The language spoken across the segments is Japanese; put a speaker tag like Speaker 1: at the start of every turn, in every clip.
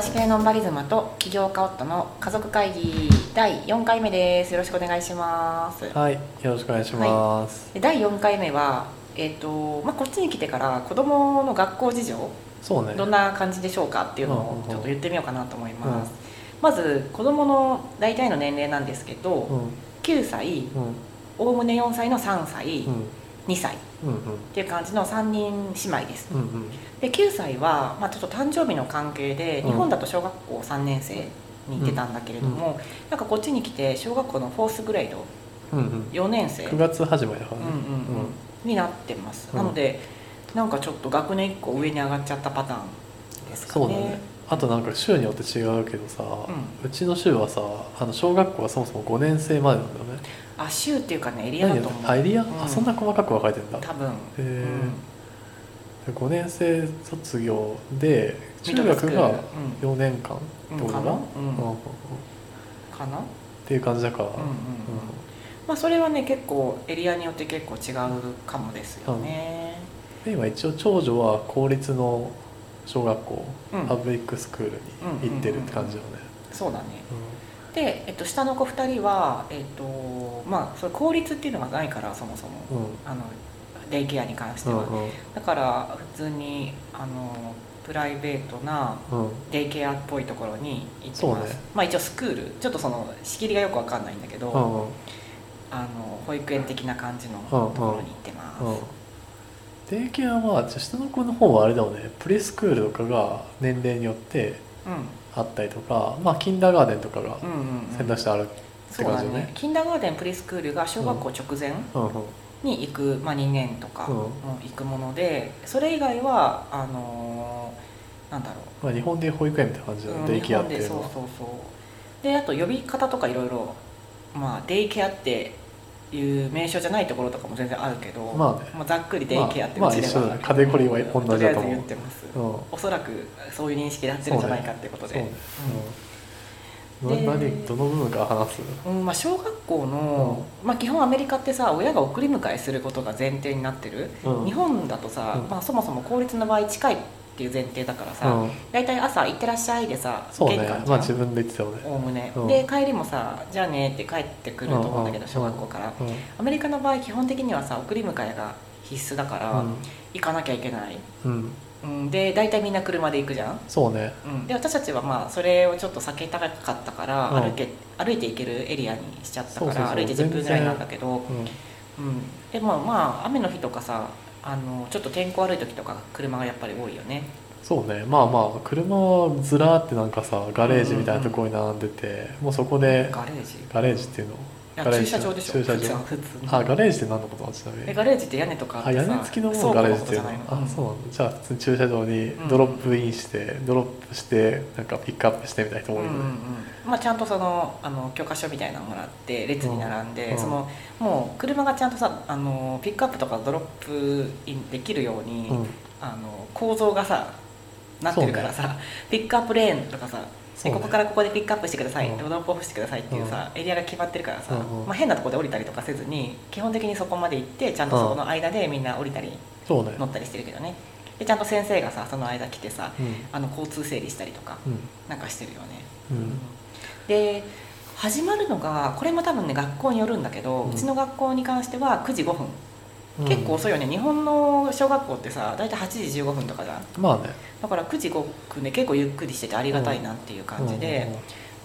Speaker 1: 性のバリズムと起業家夫の家族会議第4回目ですよろしくお願いします
Speaker 2: はい、よろしくお願いします。
Speaker 1: で第4回目はえっ、とまあこっちに来てから子供の学校事情
Speaker 2: そうね。
Speaker 1: どんな感じでしょうかっていうの
Speaker 2: うん
Speaker 1: をち
Speaker 2: うんうん
Speaker 1: ょっと言ってみようかなと思います、
Speaker 2: う
Speaker 1: まず子供の大体の年齢なんですけ
Speaker 2: う
Speaker 1: ど
Speaker 2: ん、
Speaker 1: 9歳
Speaker 2: うん、
Speaker 1: おおむね4歳の3歳、
Speaker 2: うん、
Speaker 1: 2歳っ
Speaker 2: うん、
Speaker 1: ていう感じの3人姉妹です
Speaker 2: うん、うん、
Speaker 1: で9歳は、まあ、ちょっと誕生日の関係で
Speaker 2: うん
Speaker 1: 日本だと小学校3年生に行ってたんだけれども、なんかこっちに来て小学校のフォースグレード
Speaker 2: うん、うん、
Speaker 1: 4年生、うん
Speaker 2: 九
Speaker 1: うん
Speaker 2: 月始まりだか
Speaker 1: う
Speaker 2: ら
Speaker 1: ん
Speaker 2: ね。
Speaker 1: になってます、
Speaker 2: うん
Speaker 1: なのでなんかちょっと学年1個上に上がっちゃったパターンですかね
Speaker 2: そうだね。あとなんか州によって違うけどさ、
Speaker 1: う
Speaker 2: うちの州はさ、あの小学校はそもそも五年生までなんだよね。
Speaker 1: あ州っていうかねエリアだと思
Speaker 2: あ、エ
Speaker 1: う
Speaker 2: リア、
Speaker 1: うん
Speaker 2: あ、そんな細かく分かれてんだ。
Speaker 1: 多分、
Speaker 2: へ
Speaker 1: う
Speaker 2: ー
Speaker 1: ん
Speaker 2: で五年生卒業で中
Speaker 1: ミ
Speaker 2: 学
Speaker 1: ドル
Speaker 2: が
Speaker 1: スクール
Speaker 2: 四年間って
Speaker 1: うんう
Speaker 2: こ
Speaker 1: ん
Speaker 2: と
Speaker 1: か
Speaker 2: か
Speaker 1: な、
Speaker 2: な。
Speaker 1: う
Speaker 2: うん
Speaker 1: ん
Speaker 2: うんうんっ
Speaker 1: かな、
Speaker 2: ていう感じだから。
Speaker 1: うんうんまあ、それはね結構エリアによって結構違うかもですよね、
Speaker 2: で今一応長女は公立の小学校、
Speaker 1: うん
Speaker 2: パブリックスクールに行ってるって感じよね、
Speaker 1: そうだねで、えっと、下の子2人は、えっとまあ、それ公立っていうのがないからそもそも、
Speaker 2: うんうん
Speaker 1: あのデイケアに関しては、
Speaker 2: うんうん
Speaker 1: だから普通にあのプライベートな
Speaker 2: うん
Speaker 1: デイケアっぽいところに行ってま
Speaker 2: そう
Speaker 1: す、
Speaker 2: ね
Speaker 1: まあ一応スクールちょっとその仕切りがよくわかんないんだけど、
Speaker 2: うん
Speaker 1: あの保育園的な感じのところに行ってます、
Speaker 2: うんデイケアはじゃあ下の子の方はあれだよねプレスクールとかが年齢によってあったりとかまあキンダーガーデンとかが
Speaker 1: うん、うんうんうん
Speaker 2: 選択肢あるって
Speaker 1: そう
Speaker 2: 感
Speaker 1: だ
Speaker 2: じよ
Speaker 1: ね
Speaker 2: ね、
Speaker 1: キンダーガーデンプレスクールが小学校直前、
Speaker 2: うんうん
Speaker 1: に行く、まあ、2年とか
Speaker 2: うん
Speaker 1: も行くもので、それ以外はあのーなんだろ
Speaker 2: まあ、日本でいう保育園みたいな感じだ
Speaker 1: う、
Speaker 2: よ
Speaker 1: うん
Speaker 2: ねデイ
Speaker 1: 日
Speaker 2: ケアっ
Speaker 1: 本
Speaker 2: て
Speaker 1: で
Speaker 2: いう
Speaker 1: そう
Speaker 2: のは
Speaker 1: そうそうであと呼び方とかいろいろまあデイケアっていう名称じゃないところとかも全然あるけど、
Speaker 2: まあね
Speaker 1: あざっくりデイケアって
Speaker 2: まあ
Speaker 1: うちでは
Speaker 2: まあ一緒だねカテゴリーは同じだと思う
Speaker 1: とりあえず言ってます、
Speaker 2: うん
Speaker 1: おそらくそういう認識でやってるんじゃないかっていうことで
Speaker 2: そうね
Speaker 1: うん
Speaker 2: うん
Speaker 1: で
Speaker 2: な何どの部分から話す
Speaker 1: うんまあ、小学校の、まあ、基本アメリカってさ親が送り迎えすることが前提になってる、
Speaker 2: うん
Speaker 1: 日本だとさ、
Speaker 2: うん
Speaker 1: まあ、そもそも公立の場合近いっていう前提だからさ、
Speaker 2: うん
Speaker 1: 大体朝「行ってらっしゃい」でさ
Speaker 2: そうね
Speaker 1: じ
Speaker 2: ま
Speaker 1: ゃ
Speaker 2: あ
Speaker 1: ん
Speaker 2: 自分で言ってたよね
Speaker 1: おおむね、
Speaker 2: うん
Speaker 1: で帰りもさ「じゃあね」って帰ってくると思うんだけど、
Speaker 2: うん
Speaker 1: 小学校から、
Speaker 2: うん
Speaker 1: アメリカの場合基本的にはさ送り迎えが必須だから、行かなきゃいけない、
Speaker 2: うん、うん、
Speaker 1: うん、で大体みんな車で行くじゃん
Speaker 2: そうね
Speaker 1: うん、で私たちはまあそれをちょっと避けたかったから
Speaker 2: うん
Speaker 1: 歩け、歩いて行けるエリアにしちゃったか
Speaker 2: そうそうそ
Speaker 1: ら
Speaker 2: う
Speaker 1: 歩いて10分ぐらいなんだけど、
Speaker 2: う
Speaker 1: うん、でもまあ雨の日とかさあのちょっと天候悪い時とか車がやっぱり多いよね
Speaker 2: ん、そうねまあまあ車はずらーってなんかさガレージみたいなところに並んでて、もうそこで
Speaker 1: ガレージ
Speaker 2: ガレージっていうの
Speaker 1: いや
Speaker 2: ガレー
Speaker 1: 駐
Speaker 2: ジ
Speaker 1: 車場でしょ
Speaker 2: 駐車
Speaker 1: 普
Speaker 2: 場
Speaker 1: 通普通に
Speaker 2: あガレージって何のことなのちなみ
Speaker 1: え
Speaker 2: に
Speaker 1: ガレージって屋根とか
Speaker 2: あ屋根付きのものガレージっていうのあそう
Speaker 1: う
Speaker 2: なんだじゃあ普通に駐車場にドロップインして、ドロップしてなんかピックアップしてみたいな人多
Speaker 1: う
Speaker 2: い
Speaker 1: んう
Speaker 2: よ
Speaker 1: ん
Speaker 2: ね、
Speaker 1: まあ、ちゃんとそのあの許可書みたいなのもらって列に並んで、
Speaker 2: うん
Speaker 1: そのもう車がちゃんとさあのピックアップとかドロップインできるように、
Speaker 2: うん
Speaker 1: あの構造がさなってるからさ、ピックアップレーンとかさ、
Speaker 2: そうね
Speaker 1: ここからここでピックアップしてください、
Speaker 2: うん
Speaker 1: ドロップオフしてくださいっていうさ、エリアが決まってるからさ、
Speaker 2: うんうん
Speaker 1: まあ、変なとこで降りたりとかせずに基本的にそこまで行ってちゃんとそこの間でみんな降りたり
Speaker 2: そうね
Speaker 1: 乗ったりしてるけどねでちゃんと先生がさその間来てさ、
Speaker 2: うん
Speaker 1: あの交通整理したりとか
Speaker 2: うん
Speaker 1: なんかしてるよね、
Speaker 2: うん
Speaker 1: で始まるのがこれも多分ね学校によるんだけど、う
Speaker 2: うん
Speaker 1: ちの学校に関しては9時5分
Speaker 2: うん
Speaker 1: 結構遅いよね、日本の小学校ってさ大体8時15分とかじゃん
Speaker 2: まあね
Speaker 1: だから9時5分で結構ゆっくりしててありがたいなっていう感じで、
Speaker 2: うんうんうん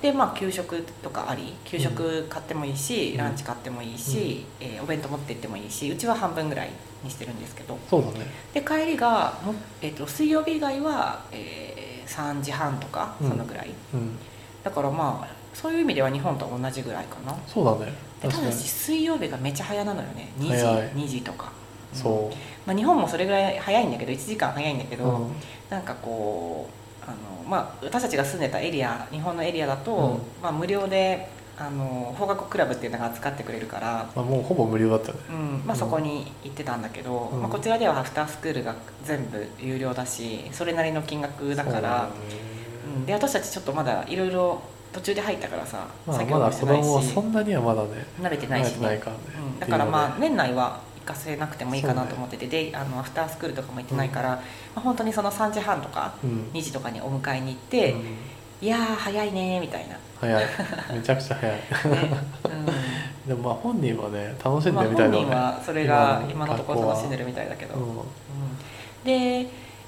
Speaker 1: でまあ給食とかあり給食買ってもいいし、
Speaker 2: うん
Speaker 1: ランチ買ってもいいし、えーお弁当持って行ってもいいしうちは半分ぐらいにしてるんですけど
Speaker 2: そうだね
Speaker 1: で帰りが、もえー、と水曜日以外は、えー3時半とか
Speaker 2: うん
Speaker 1: そのぐらい、
Speaker 2: うん
Speaker 1: だからまあそういう意味では日本と同じぐらいかな
Speaker 2: そうだね
Speaker 1: で
Speaker 2: 確
Speaker 1: た
Speaker 2: か
Speaker 1: だ
Speaker 2: に
Speaker 1: し水曜日がめちゃ早なのよね2時
Speaker 2: 早い
Speaker 1: ,2 時とか、うん
Speaker 2: そう
Speaker 1: まあ、日本もそれぐらい早いんだけど1時間早いんだけど、
Speaker 2: うん
Speaker 1: なんかこうあの、まあ、私たちが住んでたエリア日本のエリアだと、
Speaker 2: う
Speaker 1: まあ、無料であの放課後クラブっていうのが扱ってくれるから、
Speaker 2: まあ、もうほぼ無料だったよね
Speaker 1: うんまあ、そこに行ってたんだけど、
Speaker 2: うん
Speaker 1: まあ、こちらではアフタースクールが全部有料だしそれなりの金額だからう、ん、で私たちちょっとまだいろいろ途中で入ったからさ、
Speaker 2: まあ、
Speaker 1: 作業も
Speaker 2: まだ
Speaker 1: し
Speaker 2: 子
Speaker 1: てない
Speaker 2: 供は
Speaker 1: し
Speaker 2: そんなにはまだね
Speaker 1: 慣れてない
Speaker 2: 慣れ
Speaker 1: してね
Speaker 2: ないからね、
Speaker 1: うん、だからまあ
Speaker 2: ね
Speaker 1: 年内は行かせなくてもいいかなと思ってて、であのアフタースクールとかも行ってないから、まあ、本当にその3時半とか
Speaker 2: うん
Speaker 1: 2時とかにお迎えに行って、
Speaker 2: うん
Speaker 1: いやー早いねーみた いな、
Speaker 2: 早いめちゃくちゃ早い
Speaker 1: ね
Speaker 2: でもまあ本人はね楽し
Speaker 1: うんん、ま
Speaker 2: で
Speaker 1: あ
Speaker 2: みた
Speaker 1: 本
Speaker 2: いだよ
Speaker 1: 人
Speaker 2: ね、
Speaker 1: はそれが
Speaker 2: 今
Speaker 1: 今
Speaker 2: の
Speaker 1: のと
Speaker 2: 学校は
Speaker 1: ころ楽しんでるみたいだけど、
Speaker 2: うん
Speaker 1: で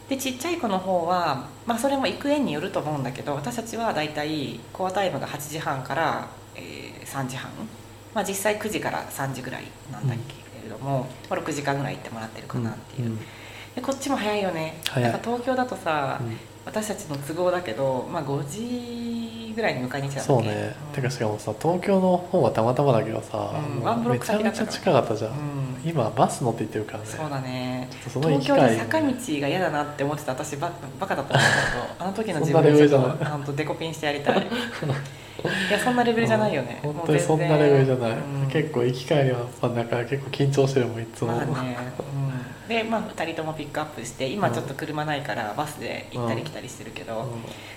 Speaker 1: でちっちゃい子の方は、まあ、それも行く園によると思うんだけど私たちはだいたいコアタイムが8時半から、えー3時半、まあ、実際9時から3時ぐらいなんだけれども、まあ6時間ぐらい行ってもらってるかなっていう、
Speaker 2: んん
Speaker 1: でこっちも早いよね
Speaker 2: 早い
Speaker 1: なんか東京だとさ、
Speaker 2: うん
Speaker 1: 私たちの都合だけど、まあ、5時ぐらいに迎えに来たんだっけ
Speaker 2: そうね、
Speaker 1: ん
Speaker 2: てかしかもさ東京の方はたまたまだけどさ、
Speaker 1: うん
Speaker 2: もう
Speaker 1: ワンブロッ
Speaker 2: め
Speaker 1: ク
Speaker 2: ちゃ
Speaker 1: 先だ
Speaker 2: め
Speaker 1: っ
Speaker 2: ち
Speaker 1: た
Speaker 2: ゃ
Speaker 1: から
Speaker 2: 近かったじゃん、
Speaker 1: うん
Speaker 2: 今バス乗って行ってるからね
Speaker 1: そうだね
Speaker 2: ちょっとその行
Speaker 1: 東
Speaker 2: き
Speaker 1: 京
Speaker 2: 帰
Speaker 1: で
Speaker 2: り
Speaker 1: 坂道が嫌だなって思ってた私ババカだと思うんだ けどあの時の自
Speaker 2: そんなレ
Speaker 1: 分
Speaker 2: ベ
Speaker 1: に
Speaker 2: ルじ
Speaker 1: ち
Speaker 2: ゃ
Speaker 1: ょ
Speaker 2: ない
Speaker 1: っとほんとデコピンしてやりたいいやそんなレベルじゃないよ ね、
Speaker 2: うん
Speaker 1: も
Speaker 2: 本
Speaker 1: う全
Speaker 2: 当に
Speaker 1: 然
Speaker 2: そんなレベルじゃない、
Speaker 1: うん
Speaker 2: 結構行き帰りはさだから結構緊張してるもんいつも、
Speaker 1: まあね、うん、でまあ2人ともピックアップして今ちょっと車ないからバスで行ったり来たりしてるけど、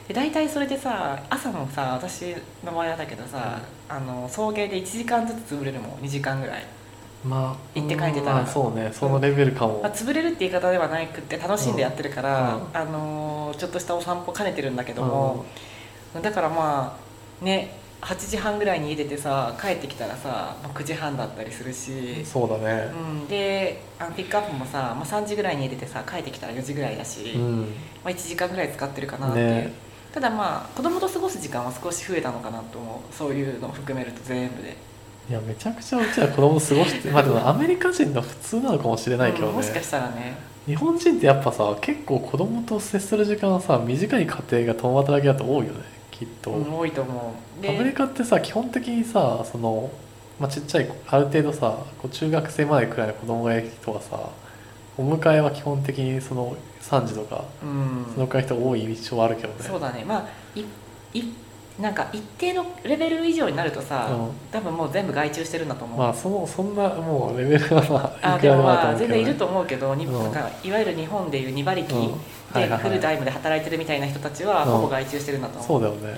Speaker 1: で大体それでさ朝もさ私の場合はだけどさ、あの送迎で1時間ずつ潰れるもん2時間ぐらい、
Speaker 2: うんまあ
Speaker 1: 行って帰ってたら
Speaker 2: まあそうねそのレベルかも、
Speaker 1: まあ、潰れるって言い方ではなくて楽しんでやってるから、
Speaker 2: うん
Speaker 1: あのちょっとしたお散歩兼ねてるんだけども、だからまあね8時半ぐらいに家出てさ帰ってきたらさ、まあ、9時半だったりする
Speaker 2: うん
Speaker 1: し、
Speaker 2: そうだね
Speaker 1: うん、であのピックアップもさ、まあ、3時ぐらいに家出てさ帰ってきたら4時ぐらいだし、
Speaker 2: う
Speaker 1: ま
Speaker 2: ん
Speaker 1: あ、1時間ぐらい使ってるかなっていう、
Speaker 2: ね
Speaker 1: ただまあ子供と過ごす時間は少し増えたのかなと思うそういうのを含めると全部で、
Speaker 2: いやめちゃくちゃうちら子供過ごしてまあでもアメリカ人の普通なのかもしれないけどね、
Speaker 1: うんもしかしたらね
Speaker 2: 日本人ってやっぱさ結構子供と接する時間はさ短い家庭が共働きだと多いよねきっと、
Speaker 1: うん多いと思う
Speaker 2: アメリカってさ基本的にさその、まあ、ちっちゃい子ある程度さこう中学生までくらいの子供がいる人はさお迎えは基本的にその3時とか
Speaker 1: うん
Speaker 2: そのくらいの人が多い印象はあるけどね、
Speaker 1: そうだねまあいいなんか一定のレベル以上になるとさ、
Speaker 2: うん
Speaker 1: 多分もう全部外注してるんだと思う、
Speaker 2: まあそのそんなもうレベルはまあ
Speaker 1: あ
Speaker 2: いく
Speaker 1: で
Speaker 2: ら
Speaker 1: も
Speaker 2: でもあ
Speaker 1: まあ
Speaker 2: ると
Speaker 1: 全
Speaker 2: 思うけど、
Speaker 1: 然
Speaker 2: ね、
Speaker 1: いると思うけど日
Speaker 2: うん
Speaker 1: 本なんかいわゆる日本でいう2馬力
Speaker 2: うんはいはい
Speaker 1: で
Speaker 2: はい
Speaker 1: フルタイムで働いてるみたいな人たちは
Speaker 2: うん
Speaker 1: ほぼ外注してるんだと思
Speaker 2: そう
Speaker 1: う,、
Speaker 2: だよね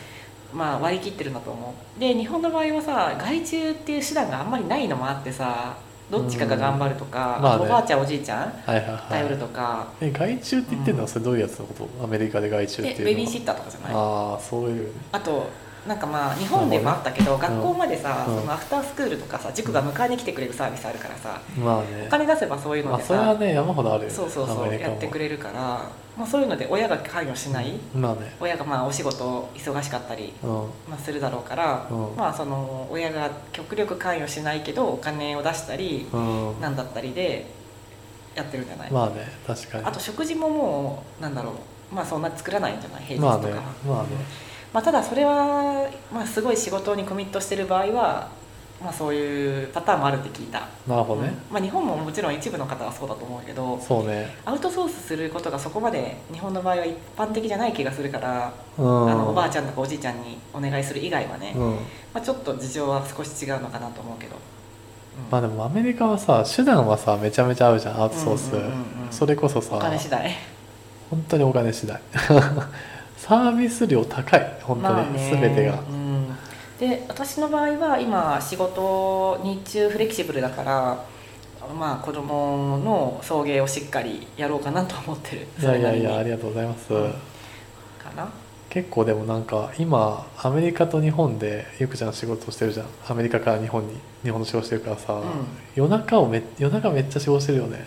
Speaker 1: まあ割り切ってるんだと思うで日本の場合はさ外注っていう手段があんまりないのもあってさどっちかが頑張るとか、
Speaker 2: うんまあ
Speaker 1: あと
Speaker 2: ね
Speaker 1: おばあちゃんおじいちゃん
Speaker 2: はいはい
Speaker 1: 頼る
Speaker 2: は
Speaker 1: とか、
Speaker 2: いえ外注って言ってるのはそれどういうやつのこと、アメリカで外注って
Speaker 1: で
Speaker 2: いうのは
Speaker 1: ベビーシッターとかじゃないあ
Speaker 2: ああそういう
Speaker 1: となんかまあ日本でもあったけど、
Speaker 2: るほどね
Speaker 1: 学校までさ、
Speaker 2: うん
Speaker 1: そのアフタースクールとかさ塾が迎えに来てくれるサービスあるからさ、
Speaker 2: まあね
Speaker 1: お金出せばそういうの
Speaker 2: まあ
Speaker 1: で
Speaker 2: そ
Speaker 1: さ、
Speaker 2: れはね山ほどあるよね
Speaker 1: そうそうそう
Speaker 2: アメリカ
Speaker 1: や
Speaker 2: も
Speaker 1: ってくれるから、まあ、そういうので親が関与しない、
Speaker 2: まあね
Speaker 1: 親がまあお仕事忙しかったり、
Speaker 2: うん
Speaker 1: まあ、するだろうから、
Speaker 2: うん
Speaker 1: まあその親が極力関与しないけどお金を出したり、
Speaker 2: うん
Speaker 1: なんだったりでやってるんじゃない、
Speaker 2: まあね確かに
Speaker 1: あと食事ももうなんだろうまあそんな作らないんじゃない平日と
Speaker 2: ま
Speaker 1: かは、
Speaker 2: あねまあね
Speaker 1: まあ、ただそれは、まあ、すごい仕事にコミットしてる場合は、まあ、そういうパターンもあるって聞いた、
Speaker 2: なるほどね、
Speaker 1: うんまあ、日本ももちろん一部の方はそうだと思うけど
Speaker 2: そうね
Speaker 1: アウトソースすることがそこまで日本の場合は一般的じゃない気がするから、
Speaker 2: うん
Speaker 1: あのおばあちゃんとかおじいちゃんにお願いする以外はね、
Speaker 2: うん
Speaker 1: まあ、ちょっと事情は少し違うのかなと思うけど、
Speaker 2: まあ
Speaker 1: あ、
Speaker 2: でもアメリカはさ手段はさめちゃめちゃ合うじゃんアウトソース、
Speaker 1: うんうんうんうん
Speaker 2: それこそさ
Speaker 1: お金次第
Speaker 2: 本当にお金次第 サービス料高い本当に、
Speaker 1: まあね
Speaker 2: 全てが
Speaker 1: うん、で私の場合は今仕事日中フレキシブルだからまあ子供の送迎をしっかりやろうかなと思ってる
Speaker 2: いやいやいやあ
Speaker 1: れ
Speaker 2: りがとうございます、
Speaker 1: うんかな
Speaker 2: 結構でもなんか今アメリカと日本でゆくちゃん仕事してるじゃんアメリカから日本に日本の仕事してるからさ、
Speaker 1: ん
Speaker 2: 夜中をめ夜中めっちゃ仕事してるよね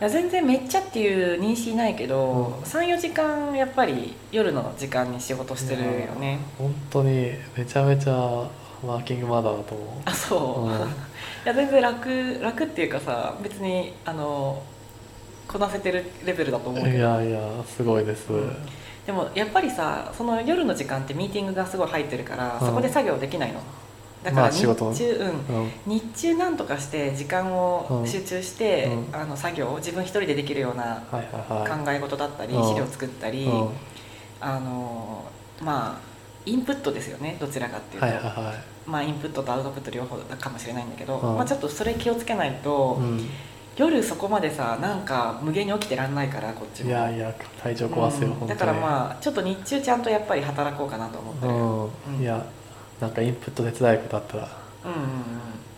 Speaker 1: いや全然めっちゃっていう認識ないけど、
Speaker 2: うん
Speaker 1: 34時間やっぱり夜の時間に仕事してるよね
Speaker 2: 本当にめちゃめちゃワーキングマザーだと思
Speaker 1: あそう、
Speaker 2: うん
Speaker 1: いや全然楽楽っていうかさ別にあのこなせてるレベルだと思う
Speaker 2: う
Speaker 1: けど
Speaker 2: いやいやすごいです、
Speaker 1: うんでもやっぱりさその夜の時間ってミーティングがすごい入ってるから、
Speaker 2: うん
Speaker 1: そこで作業できないのだか
Speaker 2: まあ
Speaker 1: ら日
Speaker 2: 仕
Speaker 1: 中、
Speaker 2: 事
Speaker 1: うん
Speaker 2: うん
Speaker 1: 日中なんとかして時間
Speaker 2: う
Speaker 1: を
Speaker 2: ん
Speaker 1: 集中して、
Speaker 2: うん
Speaker 1: あの作業を自分一人でできるような
Speaker 2: はいはい
Speaker 1: 考
Speaker 2: は
Speaker 1: え事だったり、
Speaker 2: うん
Speaker 1: 資料作った
Speaker 2: い、
Speaker 1: り、
Speaker 2: うん、は
Speaker 1: あのまあインプットですよねどちらかってい
Speaker 2: いう
Speaker 1: と、
Speaker 2: はいは
Speaker 1: まあ、インプットとアウトプット両方かもしれないんだけど、
Speaker 2: うん
Speaker 1: まあ、ちょっとそれ気をつけない
Speaker 2: い、
Speaker 1: と、
Speaker 2: う
Speaker 1: 夜そこまでさなんか無限に起きてらんないからこっち
Speaker 2: ん、い
Speaker 1: も
Speaker 2: やいや体調壊すよ、
Speaker 1: うん
Speaker 2: 本当に
Speaker 1: だからまあちょっと日中ちゃんとやっぱり働こうかなと思ってる、うん、うん
Speaker 2: うん
Speaker 1: うん
Speaker 2: いやなんかインプット手伝えることあったら
Speaker 1: うん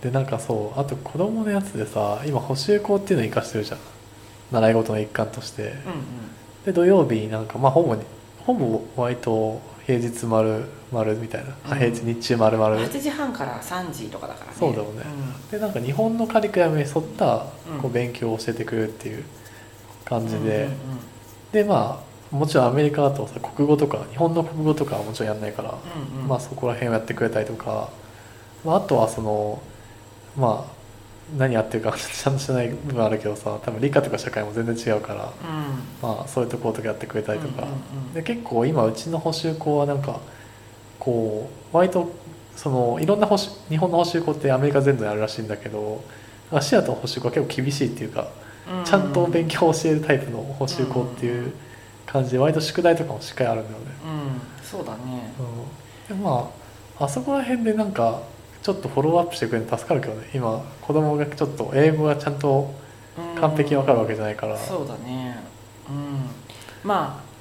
Speaker 2: でなんかそうあと子供のやつでさ今補習校っていうの生かしてるじゃん習い事の一環として
Speaker 1: うんうん
Speaker 2: で土曜日なんかまあほぼほぼ割と平日丸丸みたいな、あ
Speaker 1: うん
Speaker 2: 平日日中丸丸
Speaker 1: 8時半から3時とかだからね
Speaker 2: そうだよねでなんか日本のカリキュラムに沿ったこ
Speaker 1: う
Speaker 2: うん勉強を教えてくれるっていう
Speaker 1: う
Speaker 2: 感
Speaker 1: ん
Speaker 2: じで、
Speaker 1: うんうん
Speaker 2: でまあもちろんアメリカだとさ国語とか日本の国語とかはもちろんやんないから、
Speaker 1: うんうん
Speaker 2: まあ、そこら辺をやってくれたりとか、まあ、あとはそのまあ何やってるかちゃんとしてない部分あるけどさ多分理科とか社会も全然違うから、
Speaker 1: うん
Speaker 2: まあ、そういうところとかやってくれたりと
Speaker 1: う
Speaker 2: か、
Speaker 1: んうんうん
Speaker 2: で結構今うちの補習校はなんかこう割とそのいろんな補習日本の補習校ってアメリカ全土にあるらしいんだけどなんかシアトルの補習校は結構厳しいっていうかちゃんと勉強を教えるタイプの補習校っていう感じで割と宿題とかもしっかりあるんだよね。
Speaker 1: うんそうだね
Speaker 2: うん、でまああそこら辺でなんかちょっとフォローアップしてくれるの助かるけどね今子供がちょっと英語がちゃんと
Speaker 1: うん
Speaker 2: 完璧に分かるわけじゃないから、
Speaker 1: そうだねうんまあ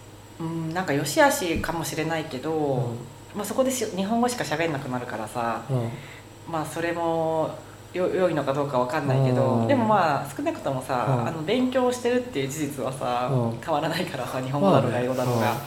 Speaker 1: うんなんか良し悪しかもしれないけど、まあ、そこでし日本語しか喋んなくなるからさ
Speaker 2: うんうん
Speaker 1: まあそれもよ良いのかどうかわかんないけ
Speaker 2: う
Speaker 1: ど
Speaker 2: ん
Speaker 1: でもまあ少なくともさ、
Speaker 2: うん
Speaker 1: あの勉強してるっていう事実はさ、
Speaker 2: うん
Speaker 1: 変わらないからさ日本語だろう
Speaker 2: ま
Speaker 1: が
Speaker 2: あね
Speaker 1: 英語だろうが、
Speaker 2: うん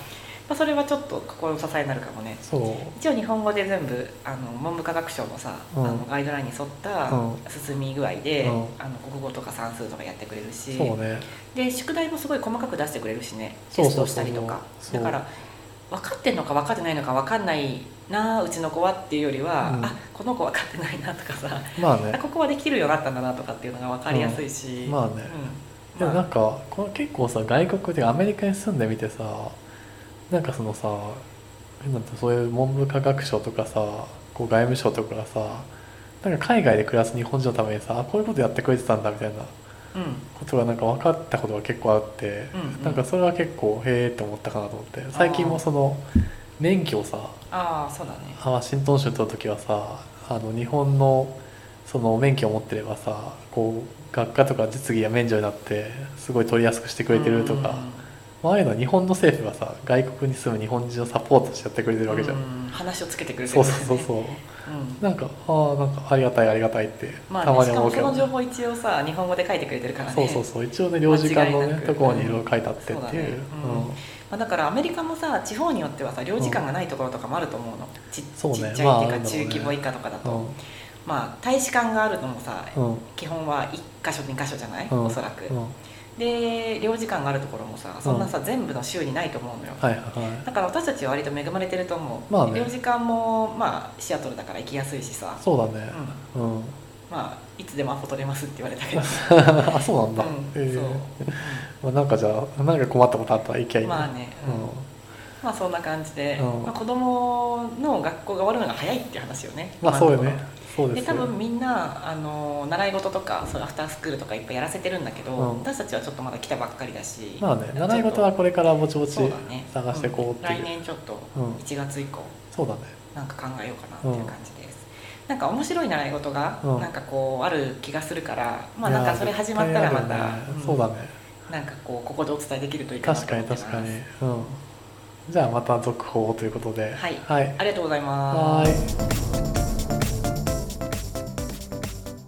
Speaker 1: まあ、それはちょっと心の支えになるかもね
Speaker 2: そう
Speaker 1: 一応日本語で全部あの文部科学省のさ、
Speaker 2: うん
Speaker 1: あのガイドラインに沿った
Speaker 2: うん
Speaker 1: 進み具合で、
Speaker 2: うん
Speaker 1: あの国語とか算数とかやってくれるし、
Speaker 2: そうね
Speaker 1: で宿題もすごい細かく出してくれるしね
Speaker 2: そう
Speaker 1: テ
Speaker 2: そう
Speaker 1: ス
Speaker 2: そ
Speaker 1: ト
Speaker 2: う
Speaker 1: したりとか
Speaker 2: そ
Speaker 1: だ
Speaker 2: う
Speaker 1: から分かってんのか分かってないのか分かんないなうちの子はっていうよりは、
Speaker 2: うん
Speaker 1: あこの子分かってないなとかさ
Speaker 2: まあ
Speaker 1: あ
Speaker 2: ね
Speaker 1: ここはできるようになったんだなとかっていうのが分かりやすいし、
Speaker 2: うんまあね
Speaker 1: うん
Speaker 2: でも
Speaker 1: ま
Speaker 2: な
Speaker 1: あ
Speaker 2: んかこの結構さ外国っていうかアメリカに住んでみてさなんかそのさなんてそういう文部科学省とかさこう外務省とかがさなんか海外で暮らす日本人のためにさあこういうことやってくれてたんだみたいな
Speaker 1: うん
Speaker 2: ことがなんか分かったことが結構あって、
Speaker 1: うんうん
Speaker 2: なんかそれは結構へえって思ったかなと思って最近もその免許をさ
Speaker 1: ああそうだね
Speaker 2: あワシントン州取る時はさあの日本のその免許を持ってればさこう学科とか実技や免除になってすごい取りやすくしてくれてるとか、まあああいうのは日本の政府がさ外国に住む日本人をサポートしてやってくれて
Speaker 1: うん
Speaker 2: るわけじゃん、
Speaker 1: うん話をつけてくれてる
Speaker 2: そうそうそう
Speaker 1: う、
Speaker 2: そう
Speaker 1: うん
Speaker 2: なんかああなんかありがたいありがたいって
Speaker 1: ま
Speaker 2: たま
Speaker 1: あね、し
Speaker 2: に
Speaker 1: か
Speaker 2: 思
Speaker 1: も
Speaker 2: うけ
Speaker 1: そ
Speaker 2: ど、
Speaker 1: の情報一応さ日本語で書いてくれてるからね
Speaker 2: そうそうそう一応ね領事館の
Speaker 1: 間違いな
Speaker 2: ね
Speaker 1: く
Speaker 2: ところにいろいろ書いてあってっていう,、
Speaker 1: うんそうだねうんまあ、だからアメリカもさ地方によってはさ領事館がないところとかもあると思うの、ち
Speaker 2: そうね
Speaker 1: ちっちゃいっていう
Speaker 2: まあ
Speaker 1: か、
Speaker 2: あるだろうね
Speaker 1: 中規模以下とかだと、
Speaker 2: うん
Speaker 1: まあ大使館があるのもさ、
Speaker 2: うん
Speaker 1: 基本は1箇所2箇所じゃない、
Speaker 2: うん
Speaker 1: おそらく、
Speaker 2: うん
Speaker 1: で領事館があるところもさそんなさ、全部の州にないと思うのよ、
Speaker 2: はいはいは
Speaker 1: だから私たちは割と恵まれてると思う、
Speaker 2: まあね
Speaker 1: 領事館もまあシアトルだから行きやすいしさ
Speaker 2: い、そうだね
Speaker 1: うん、
Speaker 2: うん、
Speaker 1: まあいつでもアポ取れますって言われたけど、
Speaker 2: あそうなんだ、
Speaker 1: う
Speaker 2: え
Speaker 1: ん
Speaker 2: え
Speaker 1: そう、
Speaker 2: まあ、なんかじゃあなんか困ったことあったら行きゃいいな
Speaker 1: まあね、
Speaker 2: う
Speaker 1: うん
Speaker 2: ん
Speaker 1: まあそんな感じで、
Speaker 2: うん
Speaker 1: まあ、子供の学校が終わるのが早いっていう話よね。
Speaker 2: まあそうよねそう
Speaker 1: 今のところ。
Speaker 2: で
Speaker 1: です多
Speaker 2: よ
Speaker 1: 分みんなあの習い事とかそういうアフタースクールとかいっぱいやらせてるんだけど、
Speaker 2: うん
Speaker 1: 私たちはちょっとまだ来たばっかりだし、
Speaker 2: まあね
Speaker 1: ちょっと
Speaker 2: 習い事はこれからぼちぼち
Speaker 1: そうだね
Speaker 2: 探してこうってい
Speaker 1: ん来
Speaker 2: う
Speaker 1: 年ちょっと
Speaker 2: うん、
Speaker 1: 1月以降
Speaker 2: そうだね
Speaker 1: なんか考えようかなっていう感じです。なんか面白い習い事が
Speaker 2: うん
Speaker 1: なんかこうある気がするから、まあ
Speaker 2: いや
Speaker 1: な
Speaker 2: ー
Speaker 1: んかそれ始まったらま
Speaker 2: 絶対
Speaker 1: た、
Speaker 2: あるよね
Speaker 1: うん
Speaker 2: そうだね
Speaker 1: なんかこうここでお伝えできるといいかな
Speaker 2: 確
Speaker 1: と
Speaker 2: か
Speaker 1: 思
Speaker 2: に
Speaker 1: ってます。
Speaker 2: 確かにうんじゃあまた続報ということで
Speaker 1: はい
Speaker 2: はい
Speaker 1: ありがとうございます。
Speaker 2: はーい